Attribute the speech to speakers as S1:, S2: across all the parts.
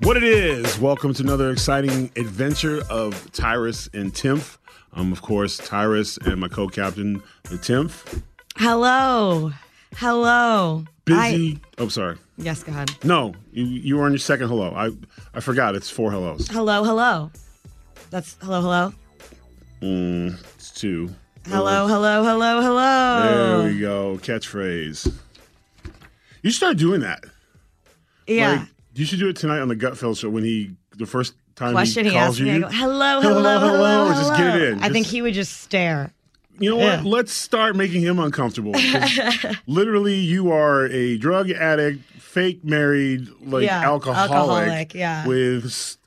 S1: What it is, welcome to another exciting adventure of Tyrus and Timph. Um, of course, Tyrus and my co-captain, the Timph.
S2: Hello. Hello.
S1: Busy. oh, sorry.
S2: I, yes, go ahead.
S1: No, you, you were on your second hello. I I forgot. It's four hellos.
S2: Hello, hello. That's hello, hello.
S1: Mm, it's two.
S2: Hello, hello, hello, hello.
S1: There we go. Catchphrase. You should start doing that.
S2: Yeah.
S1: Like, you should do it tonight on the Gutfeld show when he the first time
S2: Question he,
S1: calls
S2: asked
S1: you.
S2: me. I go, hello, hello, hello, hello,
S1: hello," or just get it in.
S2: I think
S1: Just-
S2: he would just stare.
S1: You know
S2: Yeah.
S1: what? Let's start making him uncomfortable. 'cause literally, you are a drug addict, fake married, like
S2: Yeah,
S1: alcoholic,
S2: alcoholic, yeah.
S1: with s-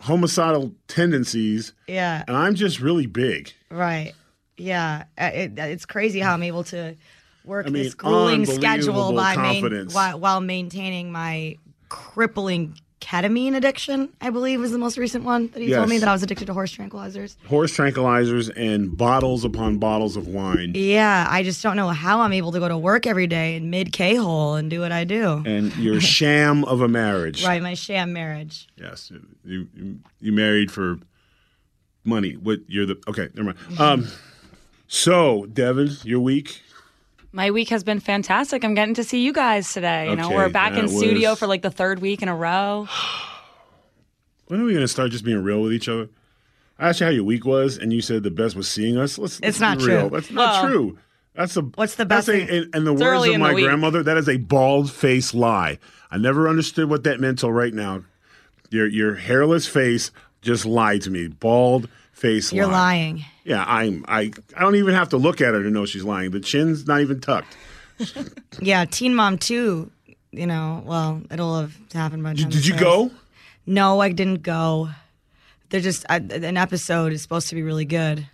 S1: homicidal tendencies,
S2: Yeah.
S1: and I'm just really big.
S2: Right. Yeah. Uh, It, it's crazy how I'm able to work
S1: I mean,
S2: this grueling
S1: unbelievable
S2: schedule by main,
S1: confidence.
S2: while, while maintaining my crippling ketamine addiction, I believe was the most recent one that he told
S1: Yes.
S2: me that I was addicted to horse tranquilizers.
S1: Horse tranquilizers and bottles upon bottles of wine.
S2: Yeah, I just don't know how I'm able to go to work every day in mid K hole and do what I do.
S1: And your sham of a marriage.
S2: Right, my sham marriage.
S1: Yes. You, you, you married for money. What you're the okay, never mind. Um so, Devin, your week.
S3: My week has been fantastic. I'm getting to see you guys today. You know,
S1: Okay,
S3: we're back
S1: that
S3: in studio
S1: was-
S3: for like the third week in a row.
S1: When are we going to start just being real with each other? I asked you how your week was, and you said the best was seeing us. Let's, let's
S2: It's not
S1: be real.
S2: true.
S1: That's not
S3: Well,
S1: true. That's a
S2: what's the
S1: that's
S2: best
S1: A, and, and the words
S3: early
S1: of
S3: in the
S1: my
S3: week.
S1: grandmother, that is a bald faced lie. I never understood what that meant till right now. Your your hairless face just lied to me. Bald face.
S2: You're
S1: lie.
S2: lying.
S1: Yeah, I'm. I I don't even have to look at her to know she's lying. The chin's not even tucked.
S2: Yeah, Teen Mom 2, you know, well, it'll have happened by the time
S1: Did you
S2: this airs.
S1: go?
S2: No, I didn't go. They're just, I, an episode is supposed to be really good.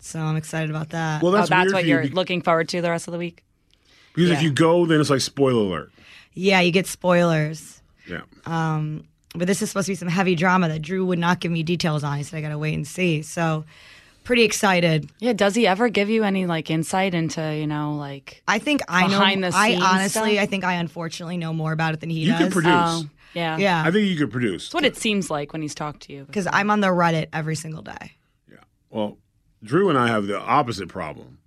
S2: So I'm excited about that.
S1: Well,
S3: Oh,
S1: that's,
S3: that's
S1: weird
S3: what
S1: for you
S3: you're
S1: be-
S3: looking forward to the rest of the week.
S1: because if
S2: yeah.
S1: you go, then it's like spoiler alert.
S2: yeah, you get spoilers.
S1: Yeah.
S2: Oh, But this is supposed to be some heavy drama that Drew would not give me details on. He said, I got to wait and see. So pretty excited.
S3: Yeah. Does he ever give you any like insight into, you know, like
S2: I think I know.
S3: Behind the
S2: I
S3: scenes
S2: honestly,
S3: stuff?
S2: I think I unfortunately know more about it than he
S1: you
S2: does.
S1: could produce.
S3: oh, yeah.
S2: Yeah.
S1: I think you could produce.
S3: It's what it seems like when he's talked to you.
S2: because I'm on the Reddit every single day.
S1: Well, Drew and I have the opposite problem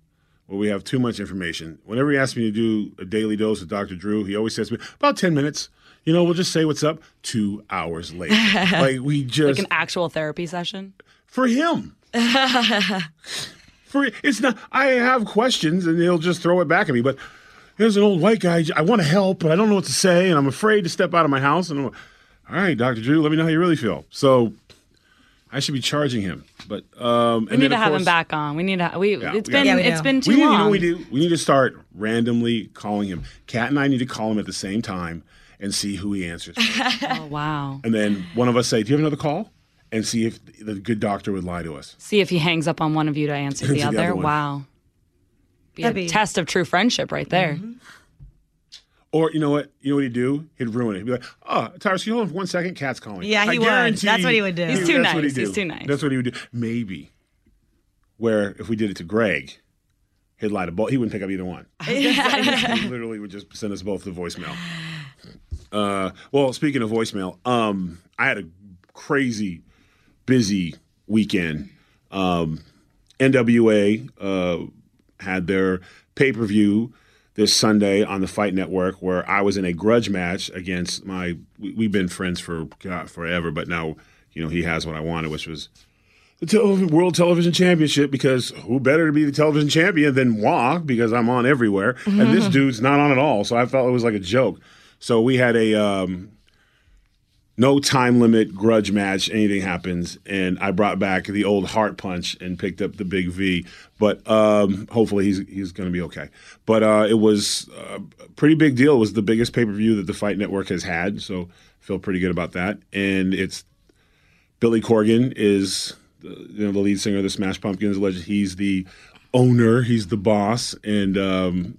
S1: where we have too much information. Whenever he asks me to do a daily dose with Dr. Drew, he always says to me, about 10 minutes. You know, we'll just say what's up two hours later. like, we
S3: Like
S1: just,
S3: an actual therapy session.
S1: for him. for It's not, I have questions and he'll just throw it back at me. But here's an old white guy. I want to help, but I don't know what to say. And I'm afraid to step out of my house. And I'm like, all right, Dr. Drew, let me know how you really feel. So I should be charging him. But, um,
S3: We need to have him back on. We need to. We.
S1: Yeah,
S3: it's
S1: we gotta-
S3: been.
S2: Yeah, we
S3: it's
S2: do.
S3: been too
S1: we need,
S3: long.
S1: You know, what we do. We need to start randomly calling him. Kat and I need to call him at the same time and see who he answers. first.
S3: Oh wow.
S1: and then one of us say, "Do you have another call?" And see if the good doctor would lie to us.
S3: See if he hangs up on one of you to answer the
S1: To the
S3: other.
S1: other one.
S3: wow. Be Mm-hmm. a
S2: That'd be-
S3: test of true friendship right there.
S1: Or you know what? You know what he'd do? He'd ruin it. He'd be like, "Oh, Tyrus, you hold on for one second. Kat's calling."
S2: Yeah,
S1: I
S2: he would.
S1: guarantee
S2: That's what he would do. He's
S3: too
S1: that's what
S3: nice.
S1: he'd do.
S3: He's too nice.
S1: That's what he would do. Maybe. Where if we did it to Greg, he'd lie to both. He wouldn't pick up either one. he literally would just send us both to voicemail. Uh, well, speaking of voicemail, um, I had a crazy, busy weekend. Um, NWA uh, had their pay per view this Sunday on the Fight Network, where I was in a grudge match against my. We, we've been friends for God, forever, but now you know he has what I wanted, which was the tele- World Television Championship. Because who better to be the television champion than moi? Because I'm on everywhere, and this dude's not on at all. So I felt it was like a joke. So we had a um, No time limit, grudge match, anything happens. And I brought back the old heart punch and picked up the big V. But um, hopefully he's he's going to be okay. But uh, it was uh, a pretty big deal. It was the biggest pay per view that the Fight Network has had. So I feel pretty good about that. And it's Billy Corgan is uh, you know the lead singer of the Smash Pumpkins. Alleged he's the owner, he's the boss, and um,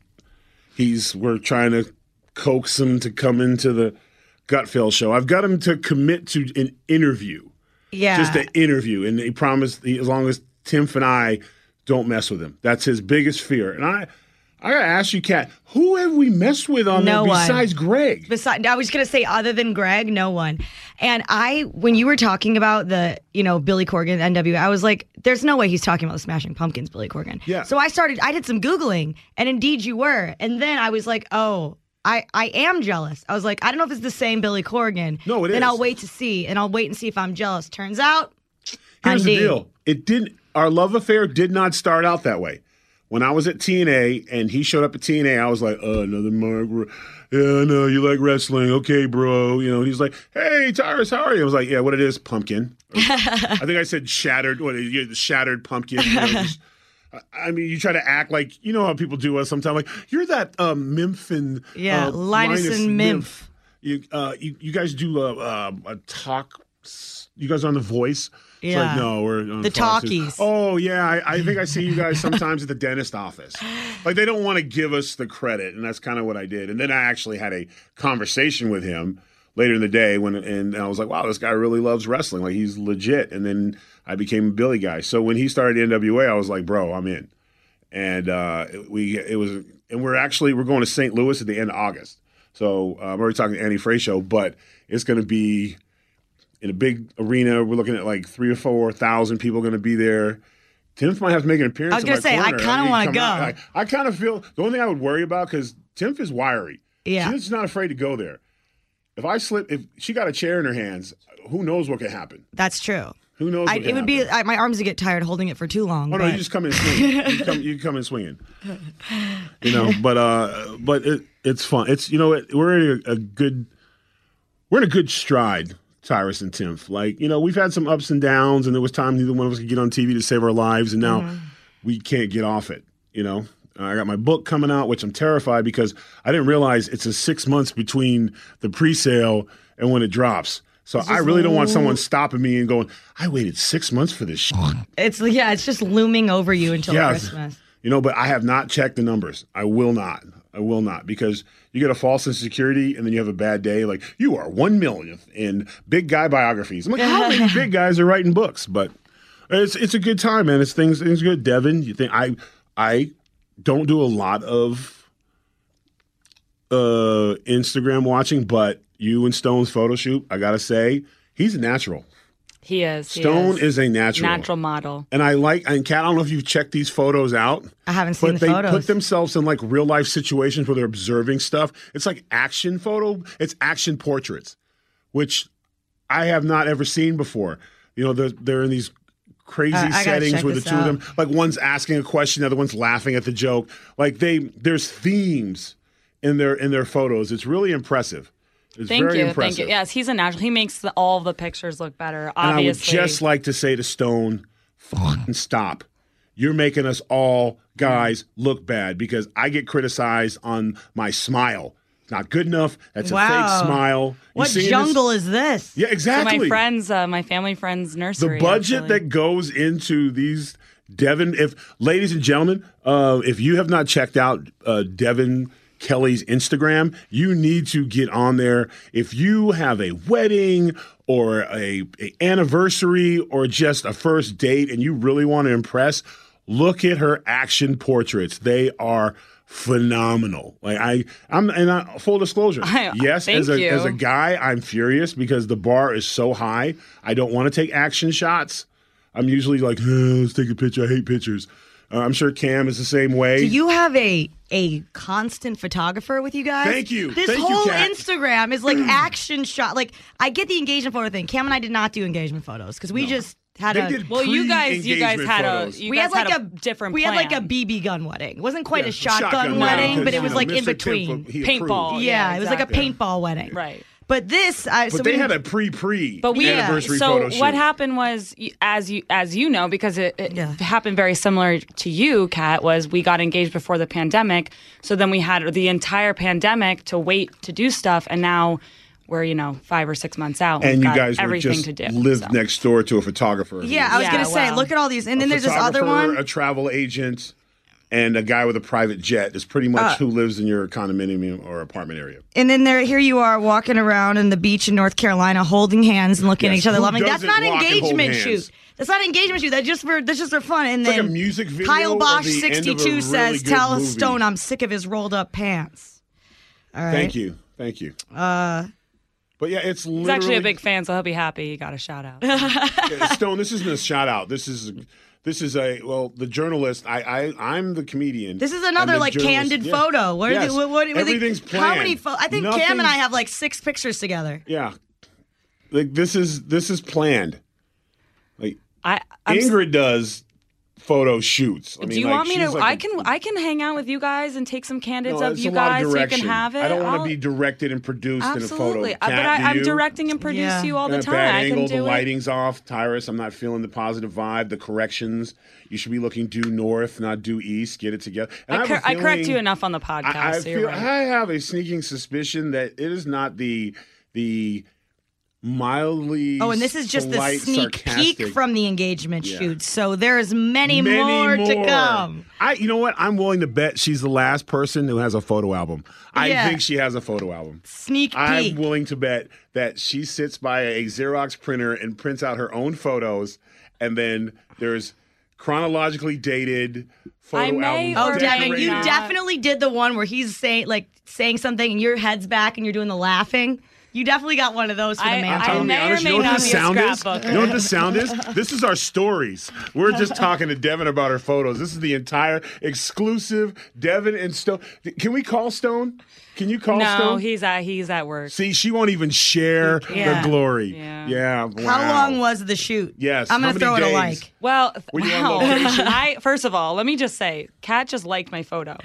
S1: he's we're trying to coax him to come into the Gutfeld show. I've got him to commit to an interview,
S2: Yeah.
S1: just an interview, and he promised he, as long as Tim and I don't mess with him. That's his biggest fear. And I, I gotta ask you, Kat, who have we messed with on
S2: No
S1: there
S2: one.
S1: besides Greg?
S2: Besides, I was gonna say other than Greg, no one. And I, when you were talking about the, you know, Billy Corgan NW, I was like, there's no way he's talking about the Smashing Pumpkins, Billy Corgan.
S1: Yeah.
S2: So I started, I did some googling, and indeed you were. And then I was like, oh. I, I am jealous. I was like, I don't know if it's the same Billy Corgan.
S1: No, it
S2: Then
S1: is.
S2: I'll wait to see, and I'll wait and see if I'm jealous. Turns out,
S1: Here's
S2: I'm
S1: the
S2: D.
S1: deal. It didn't. Our love affair did not start out that way. When I was at TNA and he showed up at TNA, I was like, "Oh, another Mark. Yeah, no, you like wrestling, okay, bro." You know, and he's like, "Hey, Tyrus, how are you?" I was like, "Yeah, what it is, pumpkin." Or- I think I said shattered. What you the shattered pumpkin? you know, just- I- I mean, you try to act like you know how people do us sometimes. Like you're that um, Memph and
S2: Yeah,
S1: uh,
S2: Linus and Memph.
S1: You, uh, you you guys do a, a, a talk. s- You guys are on the Voice. It's
S2: Yeah.
S1: like, no, we're on
S2: The
S1: Fox News.
S2: talkies.
S1: Oh yeah, I, I think I see you guys sometimes at the dentist office. Like they don't want to give us the credit, and that's kind of what I did. And then I actually had a conversation with him later in the day when, and I was like, wow, this guy really loves wrestling. Like he's legit. And then I became a Billy guy. So when he started NWA, I was like, bro, I'm in. And uh, we it was, and we're actually we're going to St. Louis at the end of August. So uh, I'm already talking to Annie Frasho, but it's going to be in a big arena. We're looking at like three or four thousand people going to be there. Timph might have to make an appearance.
S2: I was
S1: in my
S2: gonna say, I
S1: corner.
S2: kinda
S1: mean,
S2: wanna
S1: come out.
S2: go.
S1: Like, I kind of feel the only thing I would worry about because Timph is wiry.
S2: Yeah.
S1: she's not afraid to go there. If I slip, if she got a chair in her hands, who knows what could happen?
S2: that's true.
S1: Who knows?
S2: I,
S1: what could
S2: it would
S1: happen?
S2: be I, my arms would get tired holding it for too long.
S1: Oh no,
S2: but-
S1: you just come in swinging. you, come, you come in swinging. You know, but uh, but it, it's fun. It's you know, it, we're in a, a good, we're in a good stride, Tyrus and Timph. Like you know, we've had some ups and downs, and there was time neither one of us could get on TV to save our lives, and now we can't get off it. You know, I got my book coming out, which I'm terrified because I didn't realize it's a six months between the pre-sale and when it drops. So I really don't want someone stopping me and going, "I waited six months for this." Shit.
S2: it's yeah, it's just looming over you until
S1: Yeah.
S2: Christmas.
S1: You know, but I have not checked the numbers. I will not. I will not because you get a false insecurity and then you have a bad day. Like you are one millionth in big guy biographies. I'm like, how many big guys are writing books? But it's it's a good time, man. It's things things are good. Devin, you think I I don't do a lot of uh Instagram watching, but you and Stone's photo shoot, I gotta say, he's a natural.
S3: He is. he
S1: Stone is a natural.
S3: natural model.
S1: And I like and Kat, I don't know if you've checked these photos out
S2: I haven't seen
S1: but
S2: the
S1: they
S2: photos.
S1: put themselves in like real life situations where they're observing stuff. It's like action photo, it's action portraits, which I have not ever seen before. You know, they're, they're in these crazy
S2: Uh, I gotta
S1: settings
S2: check
S1: where the
S2: this
S1: two of them, like one's asking a question, the other one's laughing at the joke. Like they, there's themes in their in their photos. It's really impressive. It's
S3: Thank
S1: very
S3: you.
S1: impressive.
S3: Thank you. Yes, he's a natural. He makes the, all the pictures look better.
S1: And
S3: Obviously.
S1: I would just like to say to Stone, fucking stop. You're making us all guys look bad because I get criticized on my smile. It's not good enough. That's a
S2: Wow.
S1: fake smile. You
S2: what
S1: seeing this?
S2: jungle is this?
S1: Yeah,
S3: So
S1: exactly.
S3: my friends, uh, my family friends' nursery.
S1: the budget
S3: actually.
S1: that goes into these Devin, if ladies and gentlemen, uh, if you have not checked out uh, Devin Kelly's Instagram, you need to get on there. If you have a wedding or a, a anniversary or just a first date and you really want to impress, look at her action portraits. They are phenomenal. Like I, I'm, and I, full disclosure,
S3: I-
S1: yes,
S3: thank
S1: as a
S3: you.
S1: as a guy, I'm furious because the bar is so high. I don't want to take action shots. I'm usually like, "Eh, let's take a picture. I hate pictures. Uh, I'm sure Cam is the same way.
S2: Do you have a a constant photographer with you guys?
S1: Thank you.
S2: This
S1: Thank you,
S2: whole
S1: Kat.
S2: Instagram is like action shot. Like I get the engagement photo thing. Cam and I did not do engagement photos because we just had
S1: They
S2: a
S1: did
S3: Well, you guys, you guys
S1: pre-engagement
S3: had
S1: photos.
S3: a. You
S2: we
S3: guys
S2: had like a,
S3: different.
S2: We had like a
S3: plan.
S2: BB gun wedding. It wasn't quite
S1: Yeah,
S2: a shotgun,
S1: shotgun
S2: wedding,
S3: wedding,
S2: but
S3: because,
S2: it was
S3: you
S2: like
S1: know,
S2: in
S1: Mr. Tim,
S2: between.
S1: he
S3: Paintball.
S1: approved.
S3: Yeah,
S2: yeah, it was like a
S3: exactly.
S2: paintball wedding.
S3: Right.
S2: But this, uh, I,
S1: But they had a pre pre
S3: But we
S1: anniversary
S3: so
S1: photo shoot.
S3: what happened was y- as you as you know because it, it
S2: Yeah.
S3: happened very similar to you, Kat. Was we got engaged before the pandemic, so then we had the entire pandemic to wait to do stuff, and now we're you know five or six months out,
S1: And
S3: we've
S1: you
S3: got
S1: guys were
S3: everything
S1: just
S3: to do.
S1: lived
S3: so.
S1: next door to a photographer. who
S2: yeah, I was
S3: Yeah,
S2: gonna say,
S3: wow.
S2: look at all these, and then there's this other
S1: photographer,
S2: one.
S1: a travel agent, and a guy with a private jet is pretty
S2: Uh.
S1: much who lives in your condominium or apartment area.
S2: And then there, here you are walking around in the beach in North Carolina, holding hands and looking at
S1: Yes,
S2: each other.
S1: who
S2: loving. that's
S1: doesn't
S2: not
S1: walk and hold
S2: engagement
S1: hands?
S2: shoot. That's not engagement shoot. That's just for that's just for fun. And
S1: It's
S2: then
S1: like a music video
S2: Kyle
S1: or
S2: Bosch
S1: the end of a
S2: sixty two
S1: really
S2: says,
S1: good
S2: "Tell
S1: movie."
S2: Stone I'm sick of his rolled up pants." All right.
S1: Thank you, thank you. Uh, but yeah, it's
S3: He's
S1: literally
S3: actually a big fan, so he'll be happy. He got a shout out.
S1: Yeah, Stone. This isn't a shout out. This is this is a well, the journalist. I I I'm the comedian.
S2: This is another
S1: and the
S2: like
S1: journalist-
S2: candid
S1: yeah.
S2: photo. What, are
S1: Yes.
S2: they, what, what, what they-
S1: Everything's planned.
S2: How many? Fo- I think Cam and I
S1: Nothing's-
S2: have like six pictures together.
S1: Yeah, like this is this is planned. Like
S3: I I'm s-
S1: Ingrid does photo shoots. I mean,
S3: do you
S1: like,
S3: want me to?
S1: she's like
S3: I
S1: a-
S3: can I can hang out with you guys and take some candids
S1: No,
S3: of
S1: it's
S3: you
S1: a lot of
S3: guys so you can
S1: direction.
S3: have it.
S1: I don't want
S3: I'll-
S1: to be directed and produced
S3: absolutely,
S1: in a photo.
S3: I- but
S1: Kat, do
S3: I, I'm
S1: you?
S3: directing and producing
S2: Yeah.
S3: you all the
S1: Got a
S3: time.
S1: Bad
S3: I
S1: angle,
S3: can do
S1: the
S3: it.
S1: lighting's off. Tyrus, I'm not feeling the positive vibe. The corrections. You should be looking due north, not due east. Get it together. And
S3: I,
S1: have a
S3: cor- I correct
S1: feeling-
S3: you enough on the podcast.
S1: I, I
S3: so you're
S1: feel
S3: right.
S1: I have a sneaking suspicion that it is not the the mildly.
S2: Oh, and this is just the
S1: polite,
S2: sneak
S1: sarcastic-
S2: peek from the engagement
S1: Yeah.
S2: shoot. So there's many, more, to come.
S1: I, you know what? I'm willing to bet she's the last person who has a photo album. I
S2: Yeah.
S1: think she has a photo album.
S2: Sneak peek.
S1: I'm willing to bet that she sits by a Xerox printer and prints out her own photos, and then there's chronologically dated photo
S3: I may
S1: albums.
S3: or
S2: Oh, Devin, you
S3: Decorated.
S2: definitely did the one where he's saying like saying something and your head's back and you're doing the laughing. You definitely got one of those for the
S3: I-
S2: man.
S1: I'm telling you,
S3: may or
S1: honest,
S3: may
S1: you know
S3: not
S1: what the
S3: be a
S1: sound is?
S3: scrapbooker.
S1: You know what the sound is? This is our stories. We're just talking to Devin about her photos. This is the entire exclusive Devin and Stone. Can we call Stone? Can you call
S3: no,
S1: Stone?
S3: he's at he's at work.
S1: See, she won't even share
S2: Yeah.
S1: the glory.
S3: Yeah.
S1: wow.
S2: How long was the shoot?
S1: Yes,
S2: I'm
S1: how
S2: gonna
S1: many
S2: throw it
S1: days?
S2: a like.
S3: Well,
S1: Were you on
S3: wow.
S1: location?
S3: I first of all, let me just say, Kat just liked my photo.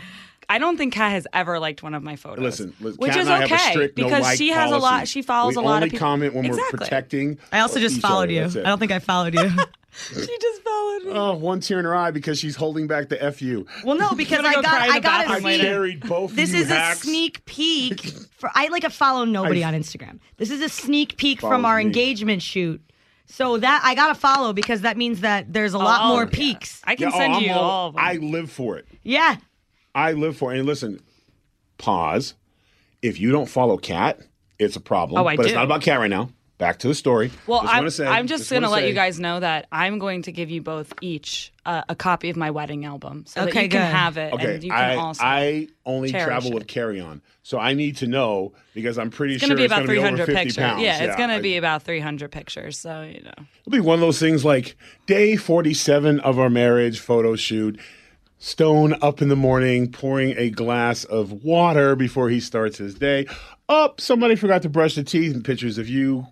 S3: I don't think Kat has ever liked one of my photos.
S1: Listen, listen
S3: which
S1: Kat
S3: is
S1: and I
S3: okay
S1: have a strict
S3: because
S1: no like
S3: she has a lot.
S1: policy.
S3: She follows
S1: we
S3: a lot
S1: only
S3: of people.
S1: comment when
S3: exactly.
S1: we're protecting.
S2: I also just
S1: each
S2: followed
S1: other.
S2: you.
S1: That's it.
S2: I don't think I followed you.
S3: She just followed me.
S1: Oh, one tear in her eye because she's holding back the fu.
S2: well, no, because
S3: gonna
S2: I
S3: go
S2: got
S3: cry in
S2: I
S3: the
S2: got to
S3: bathroom
S1: I
S3: later.
S2: see.
S1: carried both.
S2: This
S1: of you
S2: is
S1: hacks.
S2: a sneak peek. For, I like a follow nobody on Instagram. This is a sneak peek from
S1: Follows
S2: our
S1: me.
S2: engagement shoot. So that I gotta follow because that means that there's a lot
S3: Oh,
S2: more
S3: yeah.
S2: peaks.
S3: I can
S1: Yeah, oh,
S3: send
S1: I'm
S3: you all, of them.
S1: I live for it.
S2: Yeah.
S1: I live for it. And listen, pause. If you don't follow Cat, it's a problem.
S3: Oh, I
S1: but it's
S3: do.
S1: not about Cat right now. Back to the story.
S3: well,
S1: Just
S3: I'm,
S1: wanna say-
S3: I'm just, going to
S1: wanna
S3: let
S1: say-
S3: you guys know that I'm going to give you both each uh, a copy of my wedding album so that
S2: Okay,
S3: you
S2: good.
S3: can have it
S1: Okay,
S3: and you
S1: I,
S3: can also.
S1: I only
S3: cherish
S1: travel
S3: it.
S1: with carry on, so I need to know because I'm pretty
S3: it's going
S1: sure
S3: to be
S1: it's going
S3: about
S1: to be over
S3: 300
S1: 50
S3: pictures.
S1: pounds.
S3: Yeah, it's going
S1: I-
S3: to be about 300 pictures. So, you know.
S1: It'll be one of those things like day 47 of our marriage photo shoot. Stone up in the morning, pouring a glass of water before he starts his day. Up, somebody forgot to brush their teeth, and pictures of you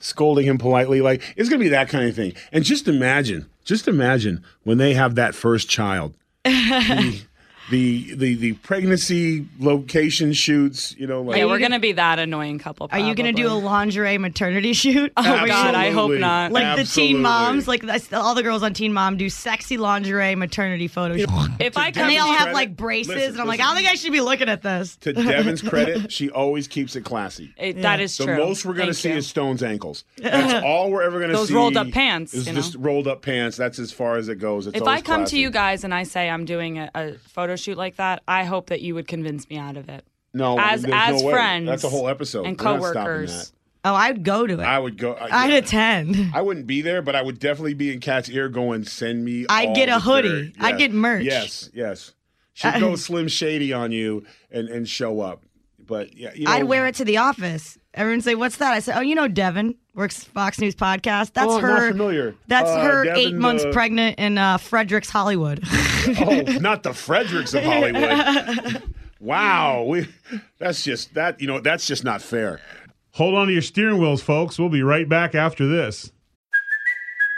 S1: scolding him politely. Like, it's going to be that kind of thing. And just imagine, just imagine when they have that first child. the, the, the, the pregnancy location shoots, you know, like.
S3: Yeah, we're going to be that annoying couple.
S2: Are you gonna do a
S3: probably.
S2: lingerie maternity shoot? Oh
S3: God, I hope not.
S2: like the
S1: Absolutely.
S2: teen moms, like I still- all the girls on Teen Mom do sexy lingerie maternity photo shoots.
S3: If I
S2: And
S3: come
S2: they all have
S1: Credit-
S2: like braces,
S1: listen,
S2: and I'm like, I
S1: listen.
S2: don't think I should be looking at this.
S1: to Devin's credit, she always keeps it classy.
S3: It, That is
S1: The
S3: true.
S1: most we're going to
S3: Thank
S1: see
S3: you.
S1: is Stone's ankles. That's all we're ever going to see.
S3: Those rolled-up pants,
S1: Is
S3: you
S1: just
S3: know?
S1: rolled up pants. That's as far as it goes. It's
S3: If I
S1: always
S3: come
S1: classy.
S3: to you guys and I say I'm doing a, a photo shoot like that, I hope that you would convince me out of it.
S1: no,
S3: as-
S1: there's
S3: as
S1: no way.
S3: friends
S1: that's a whole episode
S3: and
S1: We're not stopping
S3: coworkers.
S1: that.
S2: Oh, I'd go to it.
S1: I would go. I,
S2: I'd attend.
S1: I wouldn't be there, but I would definitely be in Cat's ear going, send me.
S2: I'd
S1: all
S2: get a
S1: the dirt."
S2: hoodie. I'd get merch.
S1: Yes, yes. She'd go slim shady on you and, and show up. But yeah, you know,
S2: I'd wear it to the office. Everyone say, "What's that?" I said, "Oh, you know, Devin works Fox News podcast. That's
S1: Oh, not
S2: her.
S1: familiar.
S2: That's
S1: Uh,
S2: her
S1: Devin,
S2: eight months
S1: uh,
S2: pregnant in uh, Fredericks, Hollywood.
S1: oh, not the Fredericks of Hollywood. wow, we, that's just that. You know, that's just not fair.
S4: Hold on to your steering wheels, folks. We'll be right back after this.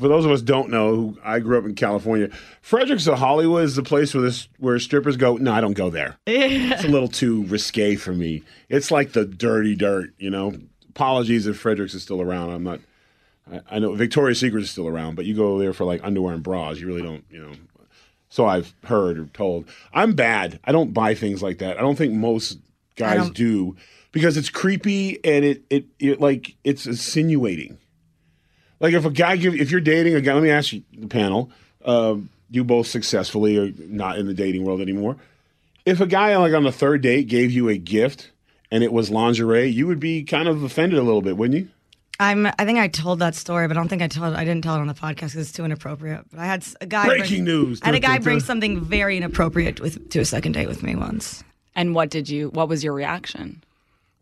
S1: For those of us who don't know, who- I grew up in California. Fredericks of Hollywood is the place where this where strippers go. No, I don't go there. It's a little too risque for me. It's like the dirty dirt, you know. Apologies if Fredericks is still around. I'm not. I, I know Victoria's Secret is still around, but you go there for like underwear and bras. You really don't, you know. So I've heard or told. I'm bad. I don't buy things like that. I don't think most guys do because it's creepy and it it, it like it's insinuating. Like if a guy give if you're dating a guy, let me ask you the panel. Um, you both successfully are not in the dating world anymore. If a guy like on the third date gave you a gift and it was lingerie, you would be kind of offended a little bit, wouldn't you?
S2: I'm. I think I told that story, but I don't think I told. I didn't tell it on the podcast because it's too inappropriate. But I had s- a guy.
S1: Breaking news.
S2: I had a
S1: Dun,
S2: guy
S1: dun,
S2: bring
S1: dun.
S2: something very inappropriate with to a second date with me once.
S3: And what did you? What was your reaction?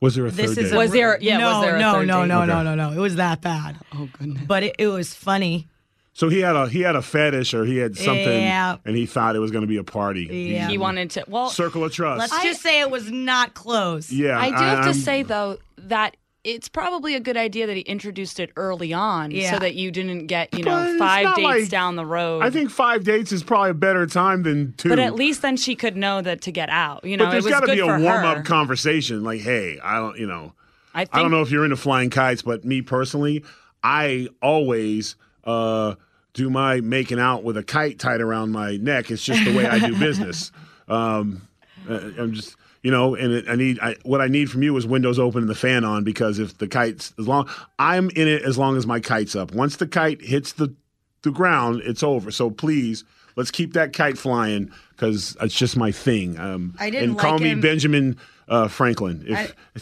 S1: Was there a
S2: This is a
S3: Was
S2: re-
S3: there- yeah,
S2: No,
S3: was there a
S2: no,
S3: third
S2: no,
S3: date?
S2: no, no, no, no. It was that bad. Oh goodness. But it, it was funny.
S1: so he had a he had a fetish or he had something,
S2: Yeah.
S1: and he thought it was going to be a party.
S2: Yeah.
S3: He wanted to. Well,
S1: Circle of trust.
S2: Let's just say it was not close.
S1: yeah,
S3: I do have
S1: I'm-
S3: to say though that it's probably a good idea that he introduced it early on,
S2: Yeah.
S3: so that you didn't get you
S1: But
S3: know
S1: it's
S3: five
S1: not
S3: dates
S1: like-
S3: down the road.
S1: I think five dates is probably a better time than two.
S3: but at least then she could know that to get out. You know,
S1: but there's
S3: it was
S1: got to
S3: good
S1: be a
S3: for
S1: warm
S3: her.
S1: up conversation. Like, hey, I don't, you know,
S3: I think
S1: I don't know if you're into flying kites, but me personally, I always uh, do my making out with a kite tied around my neck. It's just the way I do business. Um, uh, I'm just, you know, and it, I need I, what I need from you is windows open and the fan on because if the kite's as long, I'm in it as long as my kite's up. Once the kite hits the the ground, it's over. So please. Let's keep that kite flying because it's just my thing. Um,
S2: I didn't
S1: and call
S2: like
S1: me
S2: him.
S1: Benjamin uh, Franklin. If,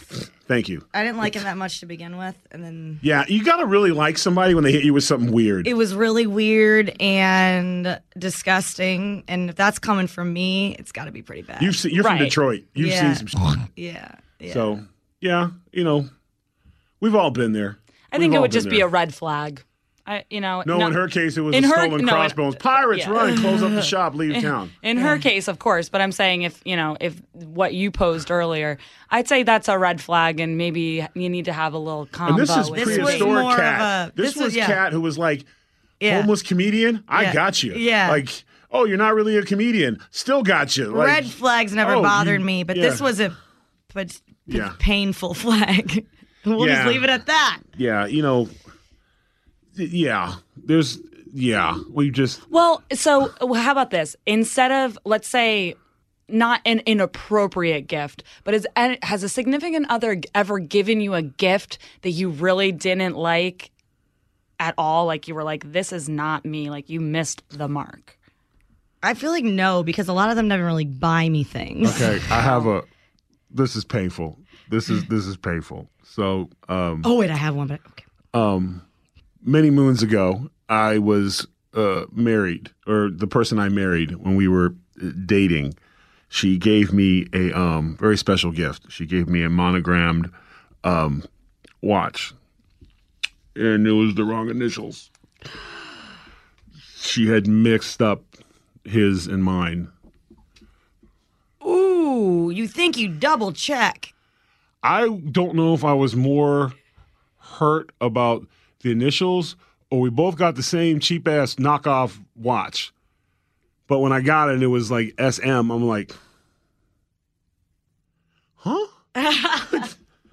S1: thank you.
S2: I didn't like him that much to begin with, and then
S1: Yeah, you gotta really like somebody when they hit you with something weird.
S2: it was really weird and disgusting. And if that's coming from me, it's got to be pretty bad.
S1: You've seen, you're
S3: Right.
S1: from Detroit. You've
S2: Yeah.
S1: seen some shit.
S2: yeah. Yeah.
S1: So yeah, you know, we've all been there.
S3: I think
S1: We've
S3: it
S1: all
S3: would
S1: been
S3: just be
S1: there.
S3: a red flag. I, you know,
S1: No, in her case, it was
S3: in
S1: a
S3: her-
S1: stolen
S3: no, in-
S1: crossbones. Pirates,
S3: yeah.
S1: run! Close up the shop. Leave town.
S3: In her case, of course, but I'm saying if you know if what you posed earlier, I'd say that's a red flag, and maybe you need to have a little
S1: And
S3: combo.
S1: this is
S3: with
S2: was
S3: him.
S1: prehistoric
S2: more of
S1: cat.
S2: a-
S1: This,
S2: this
S1: was
S2: was- yeah.
S1: cat who was like
S2: Yeah.
S1: homeless comedian. I
S2: Yeah.
S1: got you.
S2: Yeah.
S1: Like, oh, you're not really a comedian. Still got you. Like,
S2: Red flags never
S1: oh, you-
S2: bothered me, but this
S1: yeah.
S2: was a but
S1: Yeah.
S2: painful flag. we'll
S1: Yeah.
S2: just leave it at that.
S1: Yeah, you know. Yeah, there's. Yeah, we just.
S3: Well, so well, how about this? Instead of let's say not an inappropriate gift, but is, and has a significant other g- ever given you a gift that you really didn't like at all? Like you were like, this is not me. Like you missed the mark.
S2: I feel like no, because a lot of them never really buy me things.
S1: Okay, I have a. This is painful. This is this is painful. So, um,
S2: Oh wait, I have one, but okay.
S1: um, many moons ago, I was uh, married, or the person I married when we were uh, dating, she gave me a um, very special gift. She gave me a monogrammed um, watch, and it was the wrong initials. She had mixed up his and mine.
S2: Ooh, you think you double check?
S1: I don't know if I was more hurt about the initials or we both got the same cheap ass knockoff watch. But when I got it, and it was like SM. I'm like, huh?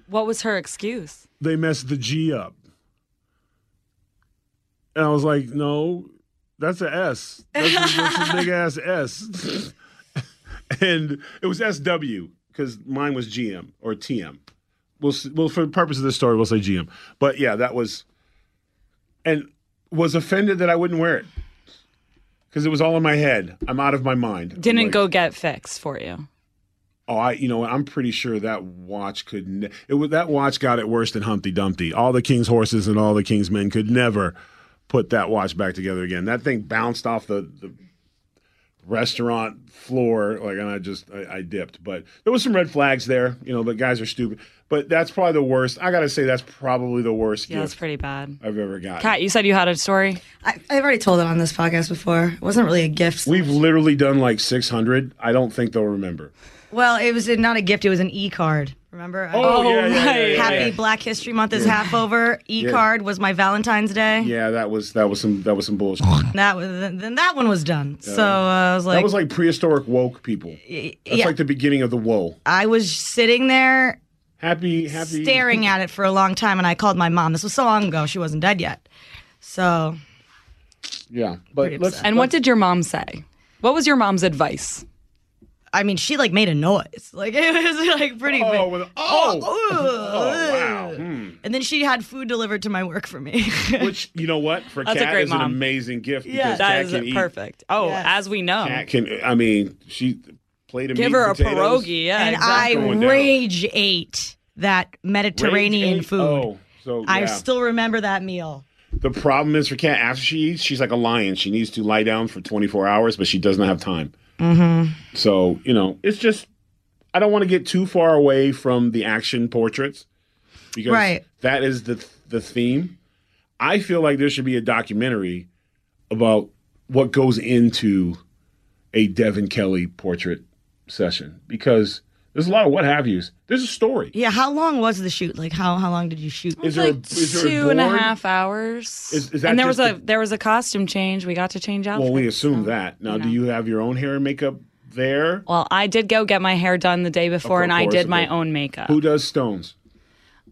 S3: What was her excuse?
S1: They messed the G up. And I was like, no, that's a S. That's a, that's a big ass S. and it was SW because mine was GM or TM. We'll, s- well, for the purpose of this story, we'll say GM. But yeah, that was, and was offended that I wouldn't wear it because it was all in my head. I'm out of my mind.
S3: Didn't
S1: Like,
S3: go get fixed for you.
S1: Oh, I you know I'm pretty sure that watch could ne- it was that watch got it worse than Humpty Dumpty. All the king's horses and all the king's men could never put that watch back together again. That thing bounced off the, the restaurant floor, like, and I just I, I dipped. But there was some red flags there, you know. But guys are stupid. But that's probably the worst. I gotta say, that's probably the worst
S3: Yeah, that's
S1: gift
S3: pretty bad.
S1: I've ever gotten.
S3: Kat, you said you had a story.
S2: I, I've already told it on this podcast before. It wasn't really a gift.
S1: We've literally done like 600. I don't think they'll remember.
S2: well, it was not a gift. It was an e card. Remember?
S1: Oh, yeah, yeah, yeah,
S3: right.
S1: yeah,
S2: Happy
S1: yeah.
S2: Black History Month is half over. E card was my Valentine's Day.
S1: Yeah, that was that was some that was some bullshit.
S2: That was then that one was done. So uh, I was
S1: that
S2: like,
S1: was like prehistoric woke people. That's
S2: yeah.
S1: like the beginning of the woe.
S2: I was sitting there
S1: Happy, happy.
S2: staring at it for a long time, and I called my mom. This was so long ago; she wasn't dead yet. So
S1: Yeah, but let's.
S3: And what did your mom say? What was your mom's advice?
S2: I mean, she like made a noise, like it was like pretty.
S1: Oh,
S2: big.
S1: with, oh,
S2: Ooh,
S1: oh, wow. Hmm.
S2: And then she had food delivered to my work for me.
S1: Which you know what for
S3: That's a
S1: Kat
S3: great
S1: is an
S3: mom.
S1: amazing gift
S2: Yeah.
S1: because
S3: That
S1: Kat
S3: is
S1: can eat.
S3: perfect. Oh,
S2: Yes.
S3: as we know,
S1: Kat can. I mean, she played a
S3: give
S1: meat
S3: her a
S1: and potatoes.
S3: pierogi. Yeah,
S2: and
S3: exactly.
S1: Going
S2: I
S1: down.
S2: rage ate that Mediterranean
S1: Rage ate-
S2: food.
S1: Oh, so yeah.
S2: I still remember that meal.
S1: the problem is for Kat after she eats, she's like a lion. She needs to lie down for 24 hours, but she does not have time. Mm-hmm. So you know, it's just I don't want to get too far away from the action portraits because
S2: Right.
S1: that is the the theme. I feel like there should be a documentary about what goes into a Devin Kelly portrait session because there's a lot of what have yous. There's a story.
S2: Yeah, how long was the shoot? Like how how long did you shoot?
S1: Is there, a,
S3: like
S1: is there
S3: two
S1: a
S3: and a
S1: board?
S3: half hours.
S1: Is- is that
S3: and there
S1: just
S3: was a
S1: the-
S3: there was a costume change. We got to change outfits.
S1: Well, we assume
S3: so,
S1: that. Now,
S3: you
S1: do
S3: know.
S1: you have your own hair and makeup there?
S3: Well, I did go get my hair done the day before,
S1: Of
S3: and I
S1: course,
S3: did
S1: of
S3: my
S1: course.
S3: own makeup.
S1: Who does stones?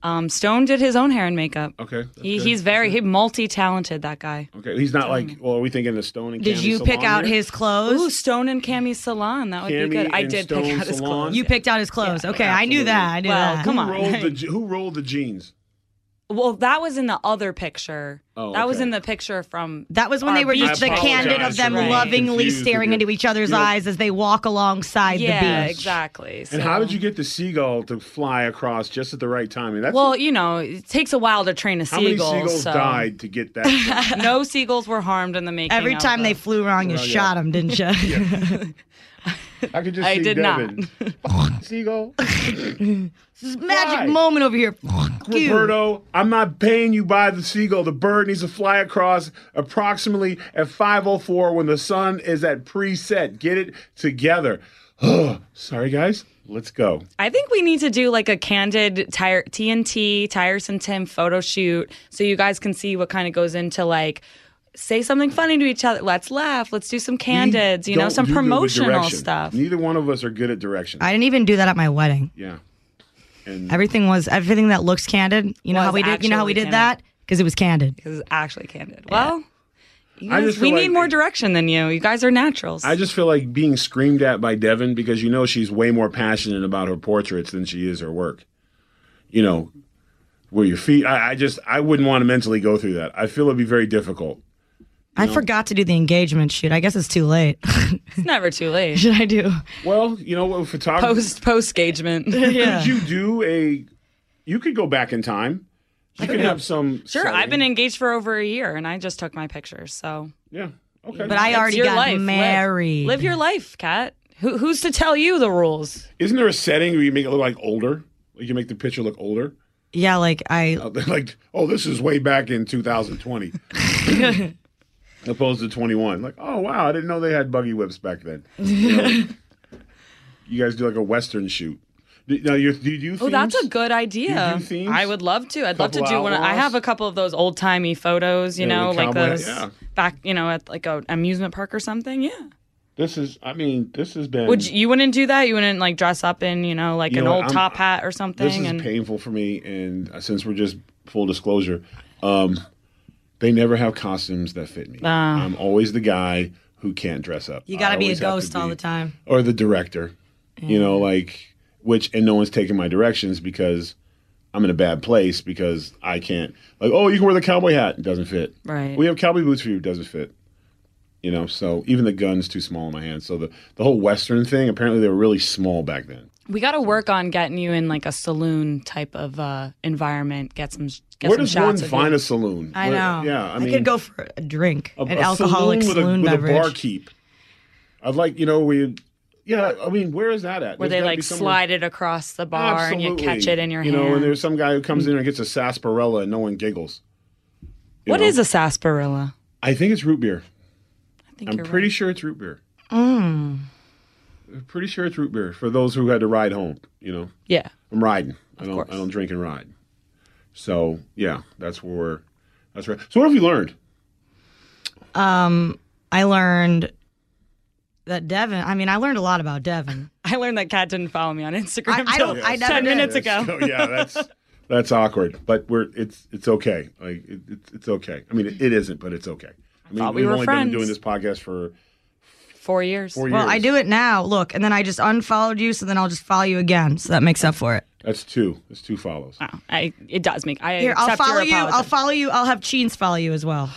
S3: Um, Stone did his own hair and makeup.
S1: Okay. that's
S3: He,
S1: good.
S3: he's very he multi talented. That guy.
S1: okay. He's not like. Well, are we thinking the stone and
S2: Did
S1: Cami
S2: you pick
S1: Salon
S2: out
S1: here?
S2: his clothes?
S3: Ooh, Stone and Cami Salon. That would
S1: Cami
S3: be good. I
S1: and
S3: did
S1: Stone
S3: pick out his
S1: Salon.
S3: clothes.
S2: You picked out his clothes. okay, I knew that. I knew
S3: Well,
S2: that.
S3: come
S1: Who
S3: on.
S1: rolled the je- Who rolled the jeans?
S3: Well, that was in the other picture.
S1: Oh,
S3: that was
S1: okay.
S3: in the picture from.
S2: That was when
S3: Our
S2: they were
S3: beach
S2: just the
S3: ball.
S2: candid
S3: Apologize
S2: of them
S3: for being
S2: lovingly
S1: confused with
S2: staring
S1: your-
S2: into each other's
S1: your-
S2: eyes as they walk alongside
S3: yeah,
S2: the beach.
S3: exactly.
S1: And
S3: So-
S1: how did you get the seagull to fly across just at the right timing? That's
S3: Well, you know, it takes a while to train a
S1: how many
S3: seagull.
S1: seagulls
S3: so.
S1: died to get that?
S3: no seagulls were harmed in the making.
S2: Every
S3: of
S2: time they
S3: the-
S2: flew wrong, you
S1: Oh, yeah.
S2: shot them, didn't you?
S1: I could just
S3: I
S1: see
S3: did
S1: Devin. seagull.
S2: this is magic
S1: Why?
S2: moment over here. Fuck you.
S1: Roberto, I'm not paying you by the seagull. The bird needs to fly across approximately at 5:04 when the sun is at preset. Get it together. Sorry guys, let's go.
S3: I think we need to do like a candid tire, TNT Tiresome Tim photo shoot so you guys can see what kind of goes into like say something funny to each other. Let's laugh. Let's do some candids.
S1: We
S3: You know,
S1: don't
S3: some
S1: do good with
S3: promotional
S1: direction.
S3: stuff.
S1: Neither one of us are good at direction.
S2: I didn't even do that at my wedding.
S1: yeah. And
S2: Everything was everything that looks candid. You know
S3: Was
S2: how we did. You know how we
S3: actually
S2: did that because it was candid.
S3: This is actually candid. Well, you
S1: I
S3: guys-
S1: just feel
S3: we need
S1: like-
S3: more direction than you. You guys are naturals.
S1: I just feel like being screamed at by Devin because you know she's way more passionate about her portraits than she is her work. You know, where your feet. I, I just I wouldn't want to mentally go through that. I feel it'd be very difficult.
S2: I forgot to do the engagement shoot. I guess it's too late.
S3: it's never too late.
S2: Should I do?
S1: Well, you know what, photography.
S3: Post post engagement.
S2: Yeah.
S1: Could you do a? You could go back in time. You could have some.
S3: sure,
S1: setting.
S3: I've been engaged for over a year and I just took my pictures. So
S1: Yeah. Okay.
S2: But I
S3: It's
S2: already
S3: your
S2: got
S3: life. Live-
S2: married.
S3: Live, your life, Kat. Who, who's to tell you the rules?
S1: Isn't there a setting where you make it look like older? Like you make the picture look older?
S2: Yeah, like I
S1: Uh, Like, oh, this is way back in 2020. Opposed to 21. Like, oh, wow, I didn't know they had buggy whips back then. You, know, you guys do like a Western shoot. Do- Now, you're, do you do
S3: Oh, that's a
S1: themes?
S3: good idea.
S1: You do themes?
S3: I would love to. I'd love to
S1: Couple
S3: do one. I
S1: outlaws?
S3: have a couple of those old timey photos, you
S1: Yeah,
S3: know,
S1: with
S3: like
S1: cowboy-
S3: those
S1: yeah.
S3: back, you know, at like a amusement park or something. Yeah.
S1: This is, I mean, this has been.
S3: Would you, you wouldn't do that? You wouldn't like dress up in, you know, like
S1: You
S3: an
S1: know what,
S3: old
S1: I'm-
S3: top hat or something.
S1: This is
S3: and
S1: painful for me, and uh, since we're just full disclosure, um, they never have costumes that fit me. I'm always the guy who can't dress up.
S2: Ah. you got
S1: I
S2: to be a
S1: always have to
S2: ghost all
S1: be-
S2: the time.
S1: or the director. You know, like which, and no one's taking my directions because I'm in a bad place because I can't. Like, oh, you can wear the cowboy hat, it doesn't fit.
S3: Right.
S1: We have cowboy boots for you, it doesn't fit. You know, so even the gun's too small in my hand. So the, the whole Western thing, apparently they were really small back then.
S3: We got to work on getting you in like a saloon type of uh, environment. Get some. Get
S1: Where
S3: some
S1: does one
S3: shots of
S1: find
S3: you.
S1: a saloon?
S2: I
S1: Where-
S2: know.
S1: yeah, I, mean,
S2: could go for a drink,
S1: a,
S2: an
S1: a
S2: alcoholic
S1: saloon with,
S2: saloon
S1: a, with
S2: beverage.
S1: a barkeep. I'd like, you know, we, yeah, I mean, where is that at?
S3: Where
S1: There's
S3: they
S1: gotta
S3: like
S1: be somewhere-
S3: slide it across the bar and you catch
S1: Absolutely.
S3: it in your
S1: you
S3: hand. Mm.
S1: know, and there's some guy who comes in and gets a sarsaparilla and no one giggles. You
S3: What
S1: know?
S3: is a sarsaparilla?
S1: I think it's root beer.
S3: I think
S1: I'm
S3: you're
S1: pretty sure it's root beer.
S3: Mm.
S1: I'm pretty sure it's root beer for those who had to ride home. You know,
S3: right. Yeah.
S1: I'm riding. I don't.
S3: course.
S1: I don't drink and ride. So yeah, that's where. That's right. So what have you learned?
S2: I learned that Devin. I mean, I learned a lot about Devin.
S3: I learned that Kat didn't follow me on Instagram
S2: I- I don't-
S3: till
S2: I never
S3: 10
S2: did.
S3: minutes ago.
S1: So, yeah, that's that's awkward, but we're it's it's okay. Like it, it's it's okay. I mean, it, it isn't, but it's okay. I mean,
S3: thought we
S1: we've
S3: were
S1: only
S3: friends.
S1: been doing this podcast for
S3: Four years.
S1: four
S2: Well,
S1: years.
S2: I do it now. Look, and then I just unfollowed you, so then I'll just follow you again. So that makes up for it.
S1: That's two. That's two follows.
S3: Wow. I, it does make. I
S2: Here, I'll
S3: accept your
S2: follow you. I'll
S3: apology.
S2: follow you. I'll have Cheens follow you as well.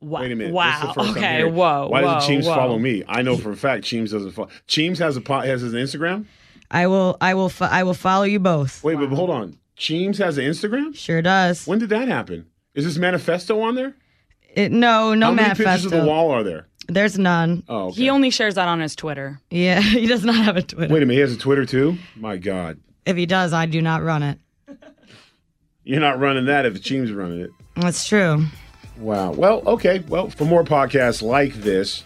S3: Wa-
S1: Wait a minute. This is the
S3: Wow.
S1: first time
S3: okay.
S1: here.
S3: Whoa.
S1: Why
S3: whoa,
S1: doesn't Cheems
S3: whoa.
S1: follow me? I know for a fact Cheems doesn't follow. Cheems has a po- has his Instagram.
S2: I will. I will. Fo- I will follow you both.
S1: Wait, but hold on. Cheems has an Instagram.
S2: Sure does.
S1: When did that happen? Is this manifesto on there?
S2: It, no, no
S1: How many pictures
S2: manifesto.
S1: of the wall are there?
S2: There's none.
S1: Oh, okay.
S3: He only shares that on his Twitter.
S2: Yeah, he does not have a Twitter.
S1: Wait a minute. He has a Twitter too. My God,
S2: If he does, I do not run it.
S1: you're not running that if Cheems running it.
S2: That's true.
S1: Wow. Well, okay. Well, for more podcasts like this,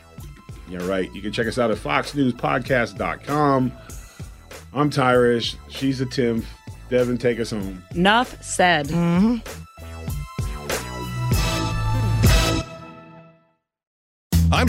S1: yeah, right. You can check us out at foxnewspodcast.com. I'm Tyrish. She's a Tim. Devin, take us home.
S3: Enough said.
S5: I'm